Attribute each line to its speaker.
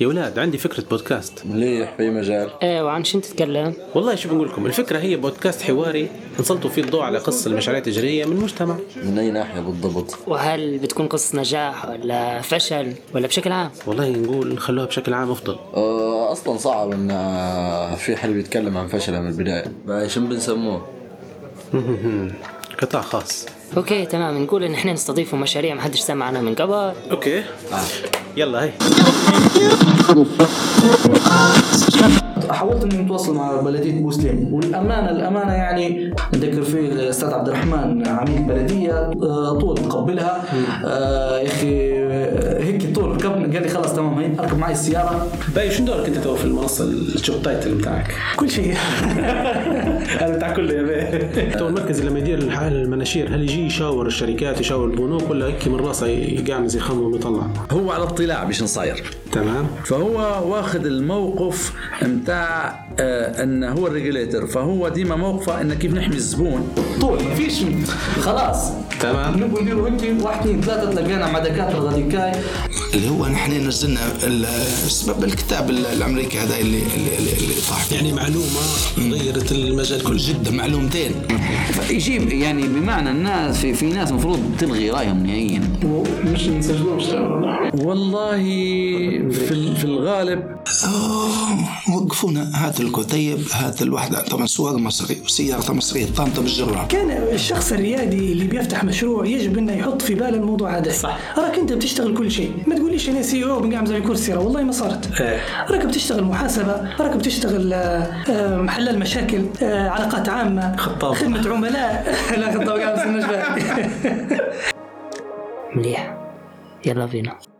Speaker 1: يا ولاد عندي فكرة بودكاست
Speaker 2: مليح في مجال
Speaker 3: ايه وعن شو تتكلم؟
Speaker 1: والله شو بنقول لكم الفكرة هي بودكاست حواري نسلطوا فيه الضوء على قصص المشاريع التجارية من المجتمع
Speaker 2: من اي ناحيه بالضبط
Speaker 3: وهل بتكون قصة نجاح ولا فشل ولا بشكل عام؟
Speaker 1: والله نقول خلوها بشكل عام أفضل
Speaker 2: آه، اصلا صعب ان آه، في حد بيتكلم عن فشله من البدايه شنو بنسموه
Speaker 1: قطاع خاص
Speaker 3: اوكي تمام نقول ان احنا نستضيفوا مشاريع ما حدش سمع عنها من قبل
Speaker 1: أوكي يلا هي
Speaker 4: حاولت اني اتواصل مع بلديه بوسليم والامانه الامانه يعني نذكر فيه الاستاذ عبد الرحمن عميد بلديه آه، طول قبلها آه، يا اخي آه، هيك طول ركبنا قال لي خلاص تمام هي اركب معي السياره
Speaker 5: باي شنو دورك انت تو في المنصه الجوب تايتل بتاعك؟
Speaker 4: كل شيء
Speaker 5: هذا بتاع كله يا باي
Speaker 1: تو المركز لما يدير الحال المناشير هل يجي يشاور الشركات يشاور البنوك ولا هيك من راسه يقعمز يخمم ويطلع
Speaker 6: هو على اطلاع بشن صاير
Speaker 1: تمام
Speaker 6: فهو واخذ الموقف متاع آه ان هو الريجوليتر فهو ديما موقفه انه كيف نحمي الزبون
Speaker 4: طول ما فيش خلاص
Speaker 1: تمام.
Speaker 4: نبغى نديروا هيك واحد اثنين ثلاثه تلاقينا مع دكاتره غاديكاي
Speaker 7: اللي هو نحن نزلنا ال- سبب الكتاب ال- الامريكي هذا اللي اللي, اللي, اللي طاح يعني معلومه غيرت المجال كله جدا معلومتين
Speaker 8: يجيب يعني بمعنى الناس في, في ناس المفروض تلغي رايهم نهائيا
Speaker 4: مش نسجلوش
Speaker 6: والله في ال- في الغالب
Speaker 7: آه، وقفونا هات الكتيب هات الوحده طبعا سواق مصري سيارته مصريه طامطه بالجرار
Speaker 9: كان الشخص الريادي اللي بيفتح مشروع يجب انه يحط في باله الموضوع هذا صح راك انت بتشتغل كل شيء ما تقوليش انا سي او بنقعمز على كرسي راه والله ما صارت راك بتشتغل محاسبه راك بتشتغل آه، آه، محلل مشاكل آه، علاقات عامه
Speaker 5: خطاب.
Speaker 9: خدمه عملاء لا خطاب قاعد
Speaker 3: مليح يلا بينا